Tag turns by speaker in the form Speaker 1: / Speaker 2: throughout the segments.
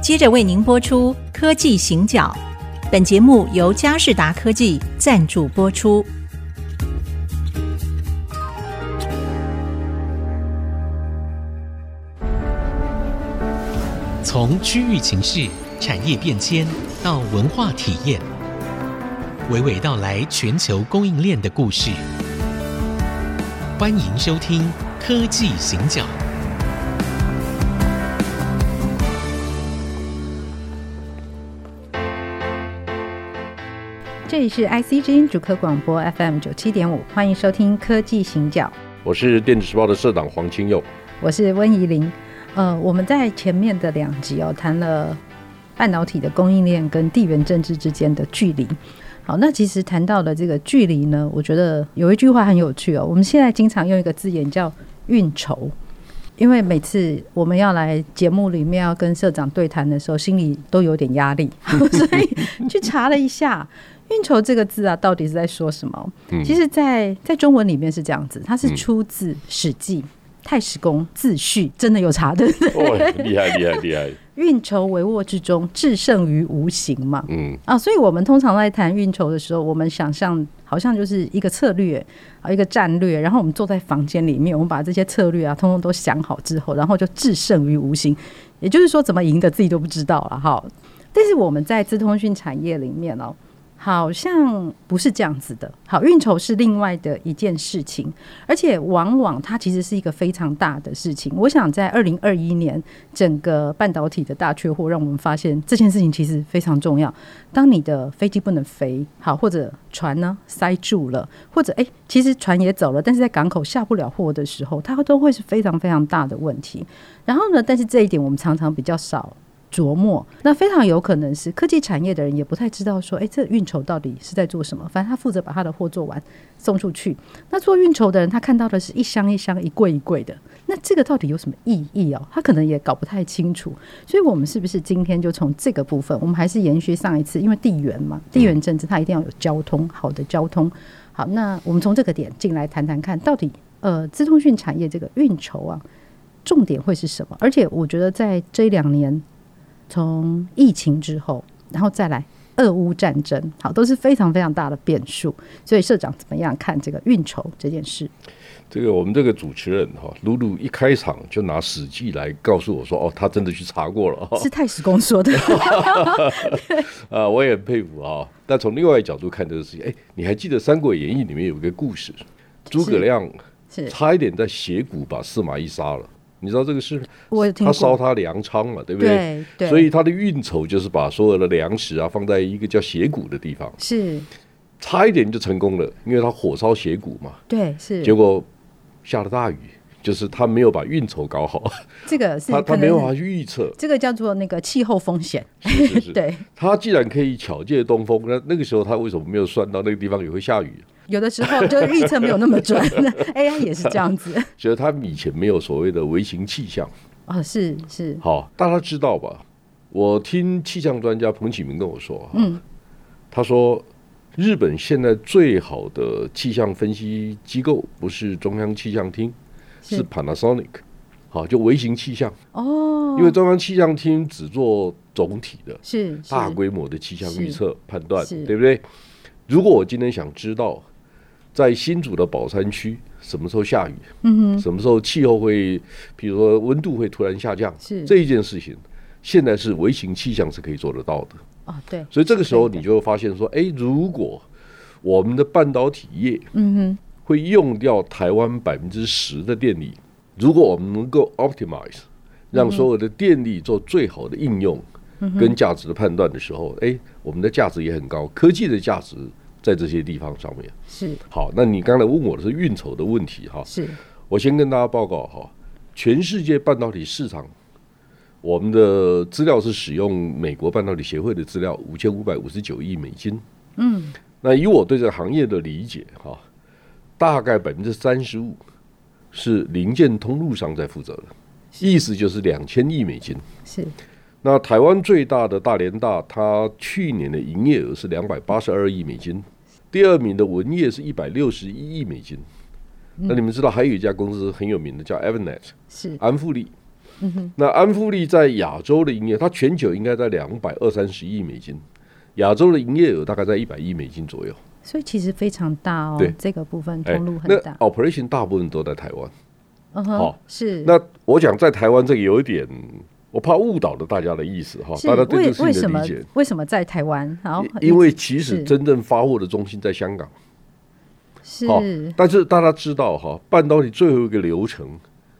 Speaker 1: 接着为您播出《科技行脚》，本节目由佳士达科技赞助播出。
Speaker 2: 从区域情势、产业变迁到文化体验，娓娓道来全球供应链的故事。欢迎收听《科技行脚》。
Speaker 3: 这里是 IC 之音主客广播 FM 九七点五，欢迎收听《科技行脚》，
Speaker 4: 我是电子时报的社长黄清 佑。
Speaker 3: 我是温怡玲。呃，我们在前面的两集哦，谈了半导体的供应链跟地缘政治之间的距离。好，那其实谈到的这个距离呢，我觉得有一句话很有趣哦，我们现在经常用一个字眼叫运筹。因为每次我们要来节目里面要跟社长对谈的时候，心里都有点压力， 所以去查了一下“运筹”这个字啊，到底是在说什么？其实在，在中文里面是这样子，它是出自《史记·太史公自序》，真的有 查对不对？
Speaker 4: 哦，厉害厉害厉害！
Speaker 3: 运筹帷幄之中，制胜于无形嘛。
Speaker 4: 嗯，
Speaker 3: 啊，所以我们通常在谈运筹的时候，我们想象好像就是一个策略啊，一个战略，然后我们坐在房间里面，我们把这些策略啊，通通都想好之后，然后就制胜于无形，也就是说怎么赢的自己都不知道了哈。但是我们在资通讯产业里面哦，好像不是这样子的。好，运筹是另外的一件事情，而且往往它其实是一个非常大的事情。我想在二零二一年，整个半导体的大缺货，让我们发现这件事情其实非常重要。当你的飞机不能飞，好，或者船呢塞住了，或者诶，其实船也走了，但是在港口下不了货的时候，它都会是非常非常大的问题。然后呢，但是这一点我们常常比较少琢磨，那非常有可能是科技产业的人也不太知道说，诶，这运筹到底是在做什么？反正他负责把他的货做完送出去。那做运筹的人，他看到的是一箱一箱、一柜一柜的，那这个到底有什么意义哦？他可能也搞不太清楚。所以，我们是不是今天就从这个部分，我们还是延续上一次，因为地缘嘛，地缘政治它一定要有交通，好的交通。好，那我们从这个点进来谈谈看，到底呃，资通讯产业这个运筹啊，重点会是什么？而且，我觉得在这一两年，从疫情之后，然后再来俄乌战争，好，都是非常非常大的变数。所以，社长怎么样看这个运筹这件事？
Speaker 4: 这个我们这个主持人哈，露露一开场就拿《史记》来告诉我说，哦，他真的去查过了哈。哦
Speaker 3: 是太史公说的，
Speaker 4: 啊，我也很佩服啊。但从另外一个角度看这个事情，哎，你还记得《三国演义》里面有个故事，诸葛亮
Speaker 3: 是
Speaker 4: 差一点在斜谷把司马懿杀了。你知道这个事吗？
Speaker 3: 我有听
Speaker 4: 他
Speaker 3: 过。
Speaker 4: 烧他粮仓嘛，对不
Speaker 3: 对对
Speaker 4: 所以他的运筹就是把所有的粮食啊放在一个叫斜谷的地方，
Speaker 3: 是，
Speaker 4: 差一点就成功了，因为他火烧斜谷嘛。
Speaker 3: 对，是
Speaker 4: 结果下了大雨，就是他没有把运筹搞好，
Speaker 3: 这个是
Speaker 4: 他他
Speaker 3: 可
Speaker 4: 没有办法
Speaker 3: 能。
Speaker 4: 去预测
Speaker 3: 这个叫做那个气候风险，
Speaker 4: 是是 是，
Speaker 3: 对，
Speaker 4: 他既然可以巧借东风，那那个时候他为什么没有算到那个地方也会下雨？
Speaker 3: 有的时候就是预测没有那么准 ，AI 也是这样子，
Speaker 4: 所以他以前没有所谓的微型气象。
Speaker 3: 哦，是是，
Speaker 4: 好，大家知道吧？我听气象专家彭启明跟我说，嗯，他说日本现在最好的气象分析机构不是中央气象厅，
Speaker 3: 是
Speaker 4: 是 Panasonic，好，就微型气象，
Speaker 3: 哦，
Speaker 4: 因为中央气象厅只做总体的
Speaker 3: 是是
Speaker 4: 大规模的气象预测判断，
Speaker 3: 是
Speaker 4: 对不对？如果我今天想知道在新竹的宝山区什么时候下雨，嗯、什么时候气候会，比如说温度会突然下降，
Speaker 3: 是
Speaker 4: 这一件事情，现在是微型气象是可以做得到的。
Speaker 3: 哦，对，
Speaker 4: 所以这个时候你就会发现说，诶，如果我们的半导体业，嗯哼，会用掉台湾百分之十的电力，如果我们能够 optimize，让所有的电力做最好的应用跟价值的判断的时候，诶，我们的价值也很高，科技的价值在这些地方上面。
Speaker 3: 是
Speaker 4: 好，那你刚才问我的是运筹的问题哈，
Speaker 3: 是
Speaker 4: 我先跟大家报告哈，全世界半导体市场，我们的资料是使用美国半导体协会的资料，五千五百五十九亿美金。嗯，那以我对这个行业的理解哈，大概百分之三十五是零件通路商在负责的，意思就是两千亿美金。
Speaker 3: 是
Speaker 4: 那台湾最大的大连大，它去年的营业额是两百八十二亿美金，第二名的文业是一百六十一
Speaker 3: 嗯
Speaker 4: 亿美金。那你们知道还有一家公司很有名的叫 Evernet
Speaker 3: 是，
Speaker 4: 安富利，
Speaker 3: 嗯
Speaker 4: 那安富利在亚洲的营业，它全球应该在两百二三十亿美金，亚洲的营业额大概在一百亿美金左右。
Speaker 3: 所以其实非常大哦
Speaker 4: 对，
Speaker 3: 这个部分
Speaker 4: 哎
Speaker 3: 通路，很
Speaker 4: 那
Speaker 3: 大。
Speaker 4: operation 大部分都在台湾。
Speaker 3: 嗯哼，
Speaker 4: 好
Speaker 3: 是
Speaker 4: 那我讲在台湾这个有一点，我怕误导了大家的意思哈，
Speaker 3: 是
Speaker 4: 哦大家对
Speaker 3: 为
Speaker 4: 这个
Speaker 3: 为
Speaker 4: 事
Speaker 3: 什
Speaker 4: 情的
Speaker 3: 么
Speaker 4: 理解。
Speaker 3: 为什么在台湾？然后
Speaker 4: 哦因为其
Speaker 3: 是
Speaker 4: 实真正发货的中心在香港，好
Speaker 3: 是，
Speaker 4: 但是大家知道哈，半导体最后一个流程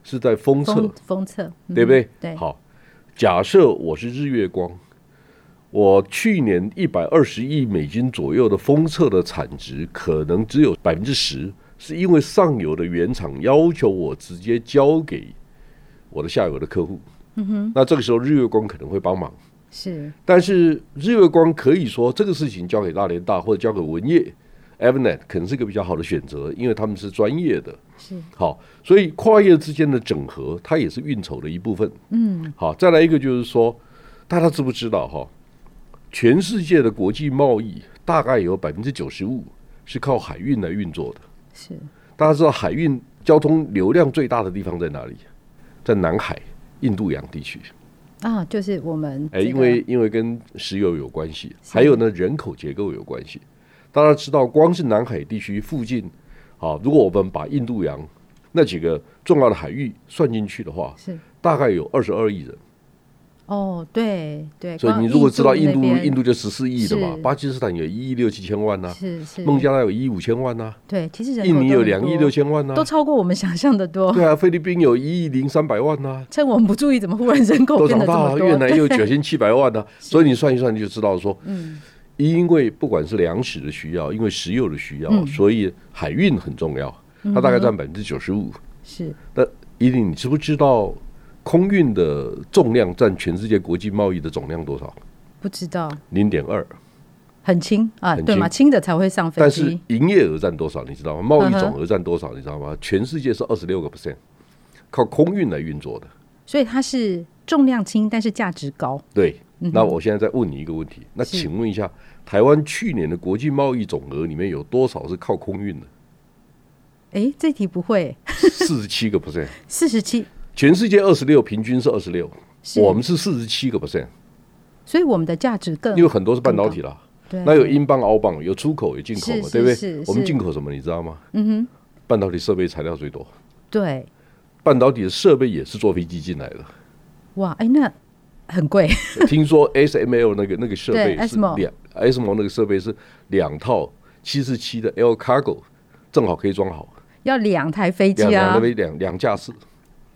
Speaker 4: 是在封测
Speaker 3: 封，封测，嗯
Speaker 4: 对不对？
Speaker 3: 对
Speaker 4: 好，假设我是日月光，我去年一百二十亿美金左右的封测的产值，可能只有百分之十，是因为上游的原厂要求我直接交给我的下游的客户。嗯哼，那这个时候日月光可能会帮忙，
Speaker 3: 是
Speaker 4: 但是日月光可以说这个事情交给大连大或者交给文业。Evanet 可能是一个比较好的选择，因为他们是专业的，
Speaker 3: 是
Speaker 4: 好，所以跨业之间的整合，它也是运筹的一部分。嗯，好，再来一个就是说，大家知不知道哈？全世界的国际贸易大概有百分之九十五是靠海运来运作的。
Speaker 3: 是
Speaker 4: 大家知道海运交通流量最大的地方在哪里？在南海、印度洋地区。
Speaker 3: 啊，就是我们
Speaker 4: 哎，
Speaker 3: 这
Speaker 4: 因
Speaker 3: 个
Speaker 4: 为因为跟石油有关系，还有呢人口结构有关系。大家知道，光是南海地区附近，啊，如果我们把印度洋那几个重要的海域算进去的话，
Speaker 3: 是
Speaker 4: 大概有二十二亿人。
Speaker 3: 哦，对对，
Speaker 4: 所以
Speaker 3: 光
Speaker 4: 你如果知道印
Speaker 3: 那
Speaker 4: 度，
Speaker 3: 边
Speaker 4: 印度就十四亿的嘛
Speaker 3: 是，
Speaker 4: 巴基斯坦有一亿六七千万呐、
Speaker 3: 是是
Speaker 4: 孟加拉有一亿五千万呐、
Speaker 3: 对，其实人口
Speaker 4: 印尼有
Speaker 3: 都很
Speaker 4: 两亿
Speaker 3: 多
Speaker 4: 六，千万呐、
Speaker 3: 都超过我们想象的多。
Speaker 4: 对啊，菲律宾有一亿零三百万呐、
Speaker 3: 趁我们不注意，怎么忽然人口
Speaker 4: 都
Speaker 3: 变
Speaker 4: 长
Speaker 3: 得哦这
Speaker 4: 大
Speaker 3: 么
Speaker 4: 了，
Speaker 3: 多？
Speaker 4: 越南也有
Speaker 3: 对
Speaker 4: 九千七 百万呢、啊所以你算一算，你就知道说，
Speaker 3: 嗯
Speaker 4: 因为不管是粮食的需要，因为石油的需要，
Speaker 3: 嗯
Speaker 4: 所以海运很重要，它大概占百分之九十五。
Speaker 3: 是
Speaker 4: 那一定，你知不知道空运的重量占全世界国际贸易的总量多少？
Speaker 3: 不知道，
Speaker 4: 零点二，
Speaker 3: 很轻啊，
Speaker 4: 很
Speaker 3: 对嘛，轻的才会上飞
Speaker 4: 但是
Speaker 3: 机，
Speaker 4: 营业额占多少？你知道吗？贸易
Speaker 3: 嗯哼
Speaker 4: 总额占多少？你知道吗？全世界是二十六个 percent，靠空运来运作的。
Speaker 3: 所以它是重量轻，但是价值高。
Speaker 4: 对，那我现在再问你一个问题，
Speaker 3: 嗯
Speaker 4: 那
Speaker 3: 是
Speaker 4: 请问一下，台湾去年的国际贸易总额里面有多少是靠空运的？
Speaker 3: 诶，这题不会，
Speaker 4: 四十七个 percent，
Speaker 3: 四十七，
Speaker 4: 全世界二十六，平均是二十六，
Speaker 3: 是
Speaker 4: 我们是四十七个 percent，
Speaker 3: 所以我们的价值更
Speaker 4: 因为很多是半导体啦。
Speaker 3: 嗯对
Speaker 4: 那有英镑、澳镑，有出口，有进口嘛，
Speaker 3: 是
Speaker 4: 对不
Speaker 3: 是
Speaker 4: 对
Speaker 3: 是？
Speaker 4: 我们进口什么，你知道吗？嗯哼，半导体设备材料最多，
Speaker 3: 对
Speaker 4: 半导体的设备也是坐飞机进来 的。
Speaker 3: 哇，诶，那很贵，
Speaker 4: 听说 SML 那个那个设备
Speaker 3: 对
Speaker 4: 是
Speaker 3: SML
Speaker 4: 两 SML 那个设备是两套七十七的 L Cargo，正好可以装好。
Speaker 3: 要两台飞机
Speaker 4: 两两
Speaker 3: 啊
Speaker 4: 那，边两两架次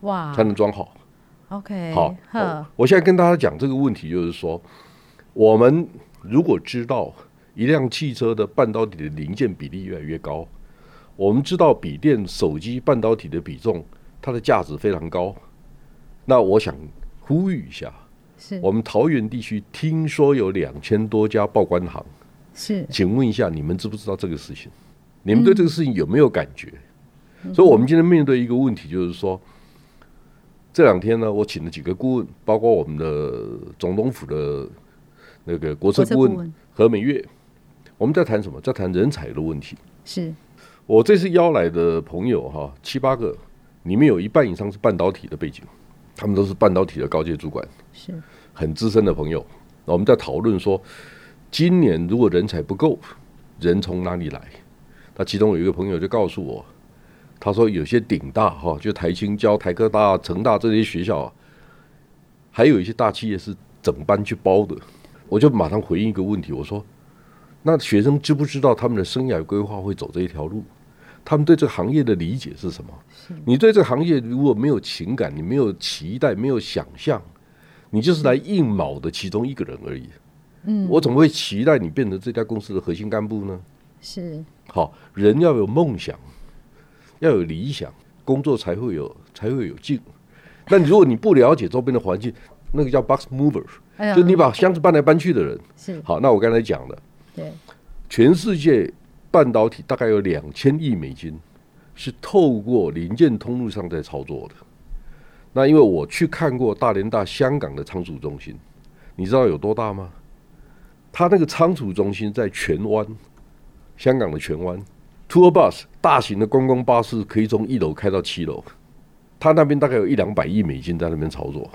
Speaker 3: 哇
Speaker 4: 才能装好。
Speaker 3: ，OK，
Speaker 4: 好，
Speaker 3: 呵，
Speaker 4: 我现在跟大家讲这个问题，就是说，我们如果知道一辆汽车的半导体的零件比例越来越高，我们知道笔电、手机半导体的比重，它的价值非常高。那我想呼吁一下，
Speaker 3: 是
Speaker 4: 我们桃园地区听说有两千多家报关行，
Speaker 3: 是
Speaker 4: 请问一下，你们知不知道这个事情？你们对这个事情有没有感觉？
Speaker 3: 嗯
Speaker 4: 所以，我们今天面对一个问题，就是说，这两天呢，我请了几个顾问，包括我们的总统府的那个国策
Speaker 3: 国
Speaker 4: 顾
Speaker 3: 策顾
Speaker 4: 问
Speaker 3: 问
Speaker 4: 何美月，我们在谈什么？在谈人才的问题。
Speaker 3: 是
Speaker 4: 我这次邀来的朋友哈，七八个，里面有一半以上是半导体的背景，他们都是半导体的高阶主管。
Speaker 3: 是
Speaker 4: 很资深的朋友，我们在讨论说，今年如果人才不够，人从哪里来？那其中有一个朋友就告诉我，他说有些顶大哈、就台青交、台科大、成大这些学校啊，还有一些大企业是整班去包的。我就马上回应一个问题，我说，那学生知不知道他们的生涯规划会走这一条路？他们对这个行业的理解是什么？你对这个行业如果没有情感，你没有期待，没有想象，你就是来应卯的其中一个人而已。嗯，我怎么会期待你变成这家公司的核心干部呢？
Speaker 3: 是
Speaker 4: 好，人要有梦想，要有理想，工作才会有才会有劲。那你如果你不了解周边的环境，那个叫 box mover，、
Speaker 3: 哎呀
Speaker 4: 就你把箱子搬来搬去的人。
Speaker 3: 是，
Speaker 4: 好，那我刚才讲了，
Speaker 3: 嗯对
Speaker 4: 全世界半导体大概有两千亿美金是透过零件通路上在操作的。那因为我去看过大连大香港的仓储中心，你知道有多大吗？它那个仓储中心在荃湾，香港的荃湾，tour bus 大型的观光巴士可以从一楼开到七楼，他那边大概有一两百亿美金在那边操作。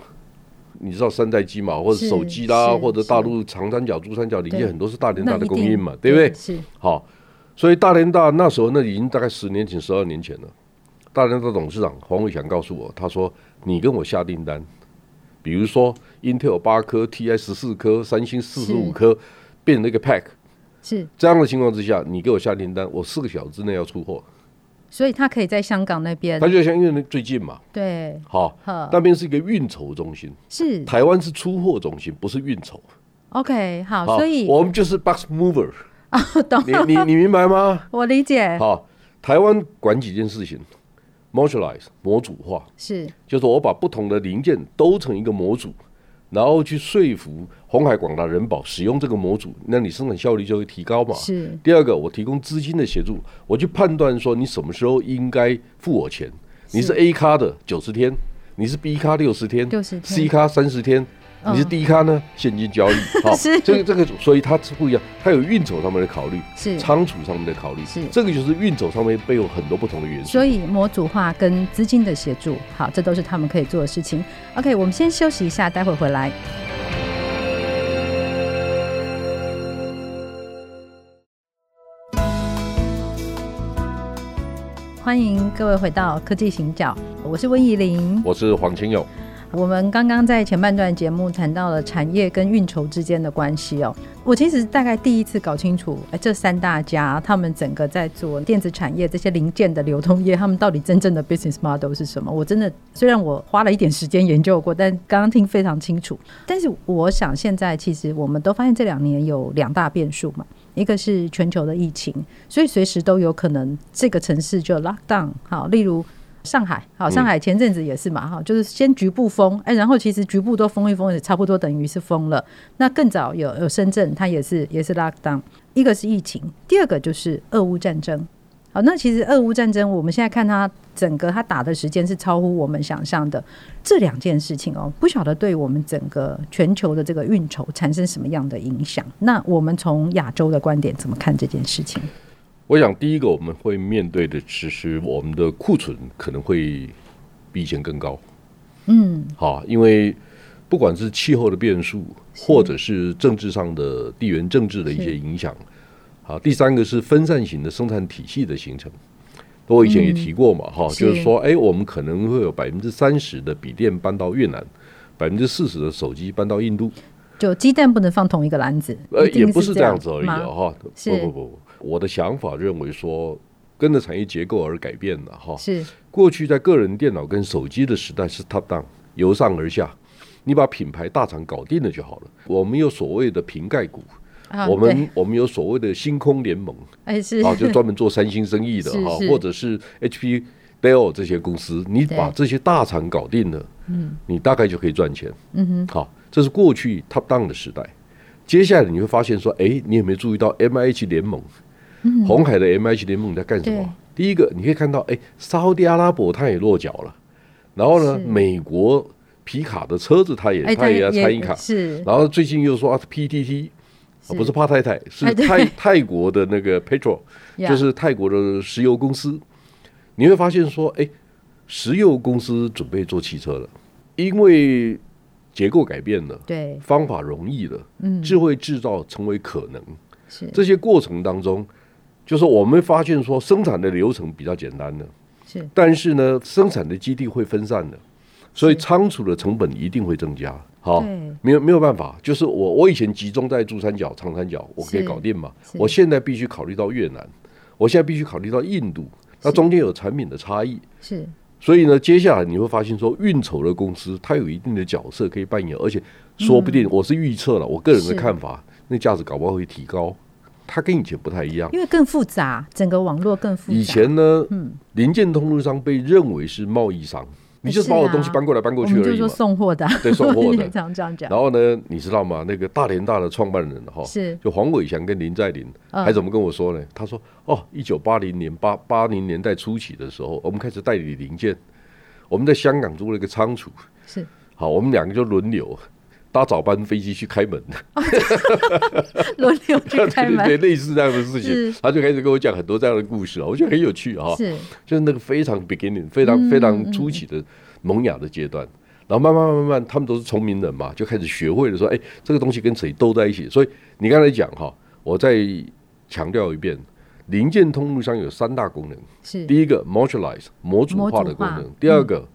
Speaker 4: 你知道山寨机嘛，或者
Speaker 3: 是
Speaker 4: 手机啦，
Speaker 3: 是
Speaker 4: 或者
Speaker 3: 是
Speaker 4: 大陆长三角、珠三角里面
Speaker 3: 对
Speaker 4: 很多是大连大
Speaker 3: 那
Speaker 4: 的
Speaker 3: 一
Speaker 4: 供
Speaker 3: 定
Speaker 4: 应嘛，对不对？
Speaker 3: 是
Speaker 4: 好，所以大连大那时候那已经大概十年前、十二年前了。大连大董事长黄伟翔告诉我，他说：“你跟我下订单，比如说 Intel 八颗、TI 十四颗、三星四十五颗，变成一个 pack。
Speaker 3: 是，
Speaker 4: 这样的情况之下，你给我下订单，我四个小时之内要出货。
Speaker 3: 所以他可以在香港那边
Speaker 4: 他，就想，因为那最近嘛，
Speaker 3: 对，
Speaker 4: 好，
Speaker 3: 呵
Speaker 4: 那边是一个运筹中心，
Speaker 3: 是
Speaker 4: 台湾是出货中心，不是运筹。
Speaker 3: OK，好，哦所以
Speaker 4: 我们就是 box mover。
Speaker 3: 懂
Speaker 4: 你你你明白吗？
Speaker 3: 我理解，
Speaker 4: 好，台湾管几件事情，modularize 模组化，
Speaker 3: 是
Speaker 4: 就是我把不同的零件都成一个模组，然后去说服红海、广达、人保使用这个模组，那你生产效率就会提高嘛。
Speaker 3: 是
Speaker 4: 第二个，我提供资金的协助，我去判断说你什么时候应该付我钱。你是 A 咖的九十天，你是 B 咖六十天
Speaker 3: 60天
Speaker 4: ，C 咖三十天，
Speaker 3: 嗯
Speaker 4: 你是 D 咖呢？现 金交易，好，
Speaker 3: 是
Speaker 4: 这个这个，所以它是不一样，它有运筹上面的考虑，
Speaker 3: 是
Speaker 4: 仓储上面的考虑
Speaker 3: 是，
Speaker 4: 这个就是运筹上面背后很多不同的元素
Speaker 3: 所。以模组化跟资金的协助，好，这都是他们可以做的事情。OK，我们先休息一下，待会回来。欢迎各位回到科技行脚，我是温怡玲。
Speaker 4: 我是黄清友，
Speaker 3: 我们刚刚在前半段节目谈到了产业跟运筹之间的关系哦。我其实大概第一次搞清楚，哎，这三大家他们整个在做电子产业这些零件的流通业，他们到底真正的 business model 是什么？我真的虽然我花了一点时间研究过，但刚刚听非常清楚。但是我想现在其实我们都发现这两年有两大变数嘛，一个是全球的疫情，所以随时都有可能这个城市就 lock down。好，例如上海，好，
Speaker 4: 嗯
Speaker 3: 上海前阵子也是嘛，哈、就是先局部封，哎，然后其实局部都封一封，也差不多等于是封了。那更早有有深圳，它也是也是 lock down。一个是疫情，第二个就是俄乌战争。好，那其实俄乌战争，我们现在看它整个它打的时间是超乎我们想象的。这两件事情哦，不晓得对我们整个全球的这个运筹产生什么样的影响。那我们从亚洲的观点怎么看这件事情？
Speaker 4: 我想第一个我们会面对的，其实我们的库存可能会比以前更高。嗯，好，因为不管是气候的变数，或者是政治上的地缘政治的一些影响，好，第三个是分散型的生产体系的形成。我以前也提过嘛，哈、
Speaker 3: 是
Speaker 4: 就是说，哎，我们可能会有百分之三十的笔电搬到越南，百分之四十的手机搬到印度，
Speaker 3: 就鸡蛋不能放同一个篮子，
Speaker 4: 呃，
Speaker 3: 一定
Speaker 4: 也不
Speaker 3: 是
Speaker 4: 是这样子而已
Speaker 3: 吗
Speaker 4: 啊哈。
Speaker 3: 是
Speaker 4: 不不不不，我的想法认为说，跟着产业结构而改变了哈。
Speaker 3: 是
Speaker 4: 过去在个人电脑跟手机的时代是 top down，由上而下，你把品牌大厂搞定了就好了。我们有所谓的瓶盖股，
Speaker 3: 啊，
Speaker 4: 我
Speaker 3: 对
Speaker 4: 们我们有所谓的星空联盟
Speaker 3: 哎是
Speaker 4: 啊，就 专门做三星生意的
Speaker 3: 是
Speaker 4: 哈，
Speaker 3: 是
Speaker 4: 或者是 HP、Dell 这些公司，你
Speaker 3: 对
Speaker 4: 把这些大厂搞定了，嗯，你大概就可以赚钱。嗯哼，好，这是过去 top down 的时代。接下来你会发现说，哎，你有没有注意到 MIH 联盟？红海的 MIH 联盟在干什
Speaker 3: 嗯对
Speaker 4: 么？第一个，你可以看到，哎，沙特阿拉伯它也落脚了，然后呢，
Speaker 3: 是
Speaker 4: 美国皮卡的车子它也
Speaker 3: 哎
Speaker 4: 它也要参与卡，
Speaker 3: 是
Speaker 4: 然后最近又说啊 PTT 啊不是帕太太，是
Speaker 3: 哎对
Speaker 4: 泰 泰国的那个 Petro，
Speaker 3: 呀
Speaker 4: 就是泰国的石油公司。你会发现说，哎，石油公司准备做汽车了，因为结构改变了，
Speaker 3: 对
Speaker 4: 方法容易了，
Speaker 3: 嗯
Speaker 4: 智慧制造成为可能。
Speaker 3: 是
Speaker 4: 这些过程当中，就是我们发现说，生产的流程比较简单的，
Speaker 3: 是
Speaker 4: 但是呢，生产的基地会分散的，所以仓储的成本一定会增加。好
Speaker 3: 对，
Speaker 4: 没有没有办法，就是我我以前集中在珠三角、长三角，我可以
Speaker 3: 是
Speaker 4: 搞定嘛。
Speaker 3: 是
Speaker 4: 我现在必须考虑到越南，我现在必须考虑到印度，那中间有产品的差异。
Speaker 3: 是
Speaker 4: 所以呢，接下来你会发现说，运筹的公司它有一定的角色可以扮演，而且说不定我是预测了，我个人的
Speaker 3: 是
Speaker 4: 看法，那价值搞不好会提高，它跟以前不太一样。
Speaker 3: 因为更复杂，整个网络更复杂。
Speaker 4: 以前呢，零件通路商被认为是贸易商，你就是把我东西搬过来搬过去
Speaker 3: 我们
Speaker 4: 而
Speaker 3: 就
Speaker 4: 已
Speaker 3: 说
Speaker 4: 嘛。
Speaker 3: 送货的啊，
Speaker 4: 对送货的
Speaker 3: 我也常这样讲
Speaker 4: 然。后呢，你知道吗？那个大连大的创办人哈，
Speaker 3: 是
Speaker 4: 就黄伟翔跟林在林，
Speaker 3: 嗯
Speaker 4: 还怎么跟我说呢？他说：“哦，一九八零年八八零年代初期的时候，我们开始代理零件，我们在香港做了一个仓储，
Speaker 3: 是
Speaker 4: 好，我们两个就轮流。搭早班飞机去开门，
Speaker 3: 轮流去开
Speaker 4: 对
Speaker 3: 门，
Speaker 4: 类似这样的事情
Speaker 3: 是，
Speaker 4: 他就开始跟我讲很多这样的故事啊，我觉得很有趣啊，
Speaker 3: 是
Speaker 4: 就是那个非常 beginning、非常
Speaker 3: 嗯
Speaker 4: 非常初期的萌芽的阶段。然后慢慢慢慢，他们都是聪明人嘛，就开始学会了说，哎，这个东西跟谁斗在一起。所以你刚才讲哈，我再强调一遍，零件通路上有三大功能：
Speaker 3: 是
Speaker 4: 第一个 modularize 模组化的功
Speaker 3: 模组
Speaker 4: 能
Speaker 3: 化；嗯
Speaker 4: 第二个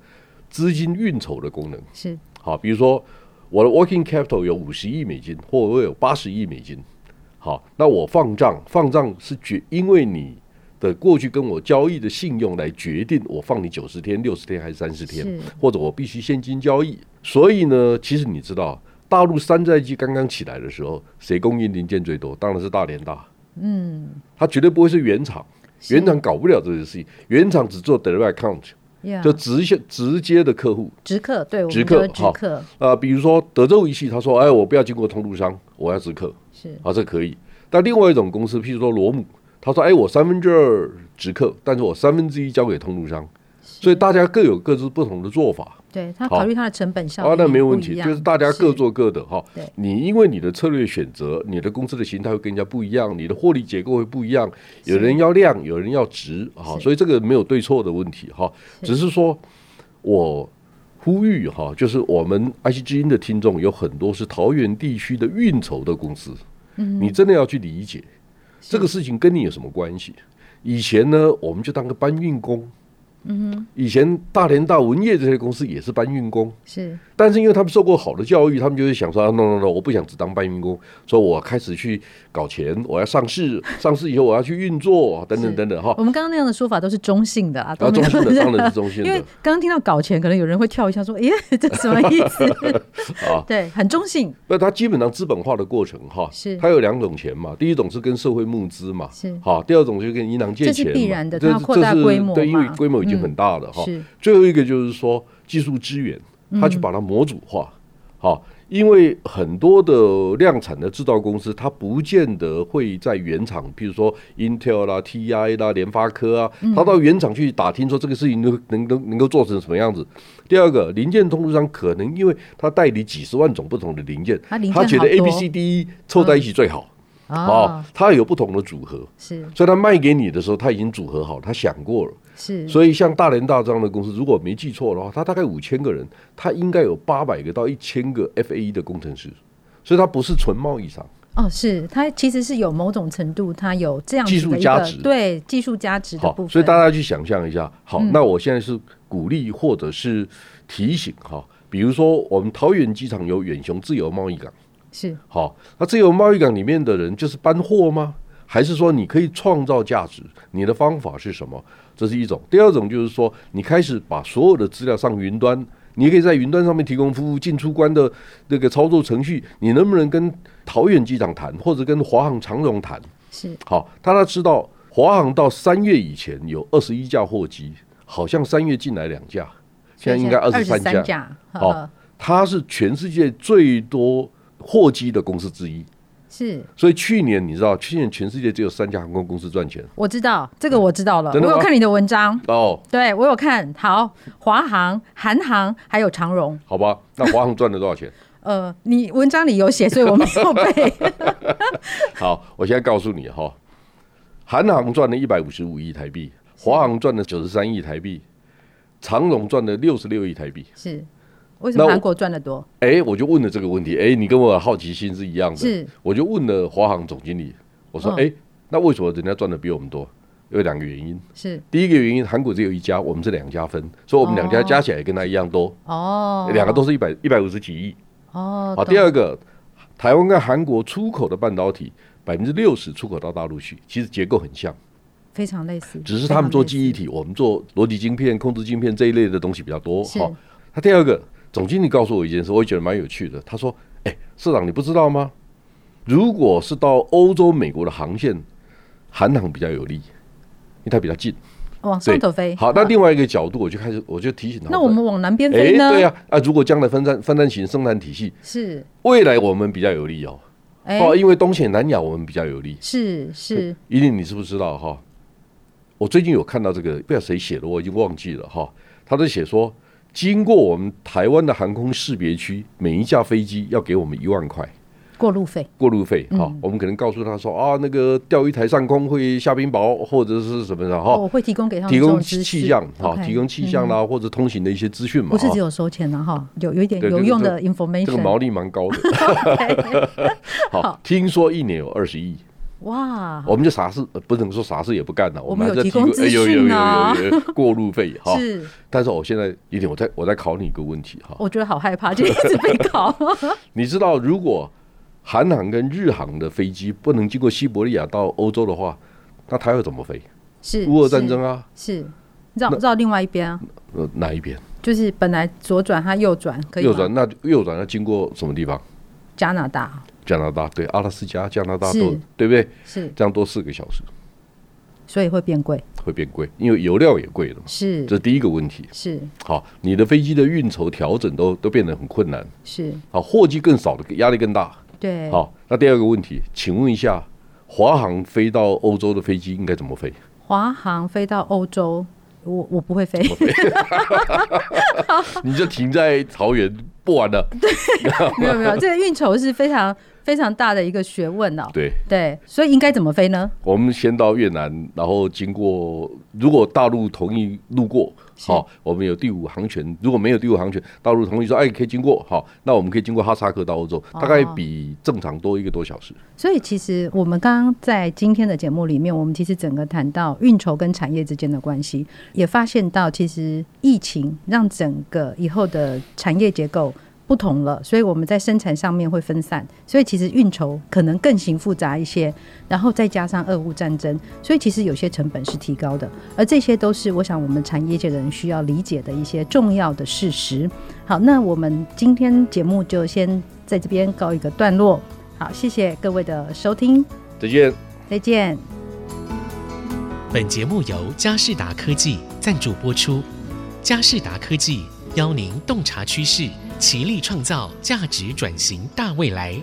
Speaker 4: 资金运筹的功能。
Speaker 3: 是
Speaker 4: 好，比如说我的 working capital 有五十亿美金，或我有八十亿美金，好，那我放账，放账是决因为你的过去跟我交易的信用来决定我放你九十天、六十天还是三十天
Speaker 3: 是，
Speaker 4: 或者我必须现金交易。所以呢，其实你知道，大陆山寨机刚刚起来的时候，谁供应零件最多？当然是大连大，嗯，它绝对不会是原厂。原厂搞不了这些事情，原厂只做 direct account，
Speaker 3: 呀
Speaker 4: 就直接直接的客户，
Speaker 3: 直客，对，我
Speaker 4: 直
Speaker 3: 们
Speaker 4: 客
Speaker 3: 叫直
Speaker 4: 好
Speaker 3: 客
Speaker 4: 啊、比如说德州仪器，他说：“哎，我不要经过通路商，我要直客。
Speaker 3: 是”
Speaker 4: 啊，这可以。但另外一种公司，譬如说罗姆，他说：“哎，我三分之二直客，但是我三分之一交给通路商。”所以大家各有各自不同的做法
Speaker 3: 对他
Speaker 4: 好
Speaker 3: 考虑他的成本效益
Speaker 4: 啊，那没有
Speaker 3: 不
Speaker 4: 问
Speaker 3: 一
Speaker 4: 题，
Speaker 3: 样
Speaker 4: 就是大家各做各的哈
Speaker 3: 对。
Speaker 4: 你因为你的策略选择，你的公司的形态会跟人家不一样，你的获利结构会不一样，有人要量，有人要值哈，
Speaker 3: 是
Speaker 4: 所以这个没有对错的问题哈，只是说我呼吁哈，就是我们爱惜之音的听众有很多是桃园地区的运筹的公司，
Speaker 3: 嗯
Speaker 4: 你真的要去理解这个事情跟你有什么关系。以前呢，我们就当个搬运工。嗯以前大连大文业这些公司也是搬运工，
Speaker 3: 是
Speaker 4: 但是因为他们受过好的教育，他们就会想说、啊、，no no no，我不想只当搬运工，所以我开始去搞钱，我要上市， 上市以后我要去运作，等等
Speaker 3: 是
Speaker 4: 等等哈
Speaker 3: 我。们刚刚那样的说法都是中性的啊，
Speaker 4: 然后
Speaker 3: 都没
Speaker 4: 哦中
Speaker 3: 有
Speaker 4: 性的 当然是中性
Speaker 3: 因为
Speaker 4: 的
Speaker 3: 刚刚听到搞钱，可能有人会跳一下说：“耶，哎这什么意思
Speaker 4: 啊？”
Speaker 3: 对，很中性，
Speaker 4: 那它基本上资本化的过程哈，
Speaker 3: 是
Speaker 4: 它有两种钱嘛，第一种是跟社会募资嘛，
Speaker 3: 是
Speaker 4: 好，第二种就跟银行借
Speaker 3: 这是
Speaker 4: 钱嘛，
Speaker 3: 必然的
Speaker 4: 这
Speaker 3: 它要
Speaker 4: 是
Speaker 3: 扩
Speaker 4: 这
Speaker 3: 大
Speaker 4: 是
Speaker 3: 规模
Speaker 4: 对，因为
Speaker 3: 嘛
Speaker 4: 规模已
Speaker 3: 嗯
Speaker 4: 经很大了哈。
Speaker 3: 是
Speaker 4: 最后一个就是说技术资源，
Speaker 3: 嗯
Speaker 4: 它去把它模组化，好、因为很多的量产的制造公司，它不见得会在原厂，譬如说 Intel 啦、TI 啦、联发科啊，
Speaker 3: 嗯
Speaker 4: 它到原厂去打听说这个事情能能能能够做成什么样子。第二个，零件通路商可能因为它代理几十万种不同的零件，
Speaker 3: 它零
Speaker 4: 他
Speaker 3: 件
Speaker 4: 觉得 A、
Speaker 3: 好
Speaker 4: B、
Speaker 3: 多
Speaker 4: C、D、E 凑在一起最好、哦
Speaker 3: 哦，，
Speaker 4: 它有不同的组合，
Speaker 3: 是
Speaker 4: 所以他卖给你的时候，他已经组合好，他想过了。
Speaker 3: 是，
Speaker 4: 所以像大连大这样的公司，如果没记错的话，它大概五千个人，它应该有八百个到一千个 FAE 的工程师，所以它不是纯贸易商。
Speaker 3: 哦，是它其实是有某种程度，它有这样子
Speaker 4: 技术
Speaker 3: 的一
Speaker 4: 价
Speaker 3: 个
Speaker 4: 值
Speaker 3: 对技术价值的
Speaker 4: 好
Speaker 3: 部，分，嗯
Speaker 4: 所以大家去想象一下，好，那我现在是鼓励或者是提醒哈，比如说我们桃园机场有远雄自由贸易港。
Speaker 3: 是
Speaker 4: 好，那自由贸易港里面的人就是搬货吗？还是说你可以创造价值？你的方法是什么？这是一种。第二种就是说，你开始把所有的资料上云端，你也可以在云端上面提供服务，进出关的那个操作程序，你能不能跟桃园机场谈，或者跟华航、长荣谈？
Speaker 3: 是
Speaker 4: 好，大家知道华航到三月以前有二十一架货机，好像三月进来两架，现在应该二十三
Speaker 3: 23
Speaker 4: 架。
Speaker 3: 架，呵
Speaker 4: 好
Speaker 3: 呵
Speaker 4: 它是全世界最多货机的公司之一。
Speaker 3: 是
Speaker 4: 所以去年你知道，去年全世界只有三家航空公司赚钱
Speaker 3: 我知道这个我知道了，
Speaker 4: 嗯真
Speaker 3: 我
Speaker 4: 的吗
Speaker 3: 有看你的文章，
Speaker 4: 哦，
Speaker 3: 对我有看，好，华航、韩航还有长荣，
Speaker 4: 好吧？那华航赚了多少 钱？
Speaker 3: 呃，你文章里有写，所以我没有背，
Speaker 4: 好，我现在告诉你哈，韩航赚了一百五十五亿台币，华航赚了九十三亿台币，长荣赚了六十六亿台币。
Speaker 3: 是为什
Speaker 4: 那
Speaker 3: 么
Speaker 4: 我
Speaker 3: 韩国赚的多？
Speaker 4: 哎，我就问了这个问题，哎，你跟我的好奇心是一样的，
Speaker 3: 是
Speaker 4: 我就问了华航总经理，我说，
Speaker 3: 嗯
Speaker 4: 哎、那为什么人家赚的比我们多？有两个原因，
Speaker 3: 是
Speaker 4: 第一个原因，韩国只有一家，我们是两家分，所以我们两家
Speaker 3: 哦
Speaker 4: 加起来跟他一样多，
Speaker 3: 哦，
Speaker 4: 两个都是一百一百五十几亿。
Speaker 3: 哦，
Speaker 4: 好，
Speaker 3: 懂
Speaker 4: 第二个，台湾跟韩国出口的半导体百分之六十出口到大陆去，其实结构很像，
Speaker 3: 非常类似，
Speaker 4: 只是他们做记忆
Speaker 3: 体
Speaker 4: 体，我们做逻辑晶片、控制晶片这一类的东西比较多。
Speaker 3: 是
Speaker 4: 哈，那第二个，总经理告诉我一件事，我也觉得蛮有趣的。他说：“哎、社长，你不知道吗？如果是到欧洲、美国的航线，韩航比较有利，因为它比较近。
Speaker 3: 往
Speaker 4: 对
Speaker 3: 上头飞。
Speaker 4: 好，那另外一个角度，我就开始，我就提醒他。
Speaker 3: 那我们往南边
Speaker 4: 哎、
Speaker 3: 飞呢？
Speaker 4: 对呀、啊，如果将来分散分散型生产体系，
Speaker 3: 是
Speaker 4: 未来我们比较有利哦。
Speaker 3: 哎、
Speaker 4: 哦，因为东显南亚我们比较有利。
Speaker 3: 是是
Speaker 4: 一定你知不知道哈？我最近有看到这个，不知道谁写的，我已经忘记了哈。他在写说，经过我们台湾的航空识别区，每一架飞机要给我们一万块
Speaker 3: 过路费，
Speaker 4: 过路费。好、
Speaker 3: 嗯
Speaker 4: 我们可能告诉他说啊，那个钓鱼台上空会下冰雹或者是什么的哈、
Speaker 3: 我会提供给他们
Speaker 4: 提
Speaker 3: 哦这
Speaker 4: 供
Speaker 3: 种知识
Speaker 4: 气象哈，
Speaker 3: OK，嗯
Speaker 4: 提供气象啦、或者通行的一些资讯嘛。
Speaker 3: 不是
Speaker 4: 哈
Speaker 3: 只有收钱了啊哈，有有一点
Speaker 4: 对
Speaker 3: 有
Speaker 4: 这个
Speaker 3: 用
Speaker 4: 这
Speaker 3: 的
Speaker 4: 个
Speaker 3: information。
Speaker 4: 这个 毛利蛮高的。 好，听说一年有二十亿，
Speaker 3: 哇，
Speaker 4: 我们就啥事呃不能说啥事也不干了，
Speaker 3: 我们
Speaker 4: 还
Speaker 3: 有
Speaker 4: 在
Speaker 3: 提
Speaker 4: 提
Speaker 3: 供
Speaker 4: 供
Speaker 3: 资
Speaker 4: 哎有有
Speaker 3: 讯
Speaker 4: 有
Speaker 3: 啊
Speaker 4: 有有过路费 哈。
Speaker 3: 是，
Speaker 4: 但是我现在一点，我再我再考你一个问题哈，
Speaker 3: 我觉得好害怕， 就一直被考。
Speaker 4: 你知道如果韩航跟日航的飞机不能经过西伯利亚到欧洲的话，那它要怎么飞？
Speaker 3: 是
Speaker 4: 乌俄战争啊，
Speaker 3: 是是绕绕另外一边啊，
Speaker 4: 呃哪一边？
Speaker 3: 就是本来左转它右转可以吗
Speaker 4: 右转那右转要经过什么地方？
Speaker 3: 加拿大
Speaker 4: 加拿大对，阿拉斯加、加拿大
Speaker 3: 是
Speaker 4: 都对不对？
Speaker 3: 是，
Speaker 4: 这样多四个小时
Speaker 3: 所以会变贵。
Speaker 4: 会变贵，因为油料也贵了嘛。
Speaker 3: 是
Speaker 4: 这是第一个问题。
Speaker 3: 是
Speaker 4: 好，你的飞机的运筹调整都都变得很困难，
Speaker 3: 是，
Speaker 4: 好，啊货机更少的压力更大。
Speaker 3: 对，
Speaker 4: 好，那第二个问题，请问一下，华航飞到欧洲的飞机应该怎么飞？
Speaker 3: 华航飞到欧洲，我我不会飞，
Speaker 4: 你就停在桃园不玩了。
Speaker 3: 没有没有，这个运筹是非常非常大的一个学问哦。
Speaker 4: 对，
Speaker 3: 对，所以应该怎么飞呢？
Speaker 4: 我们先到越南，然后经过，如果大陆同意路过，好，我们有第五航权；如果没有第五航权，大陆同意说，哎，可以经过，好，那我们可以经过哈萨克到欧洲，大概比正常多一个多小时。
Speaker 3: 所以其实我们刚刚在今天的节目里面，我们其实整个谈到运筹跟产业之间的关系，也发现到其实疫情让整个以后的产业结构。不同了，所以我们在生产上面会分散，所以其实运筹可能更行复杂一些，然后再加上俄乌战争，所以其实有些成本是提高的，而这些都是我想我们产业界的人需要理解的一些重要的事实。好，那我们今天节目就先在这边告一个段落。好，谢谢各位的收听，
Speaker 4: 再见。
Speaker 3: 再见。
Speaker 2: 本节目由嘉士达科技赞助播出。嘉士达科技邀您洞察趋势，齐力创造价值转型大未来。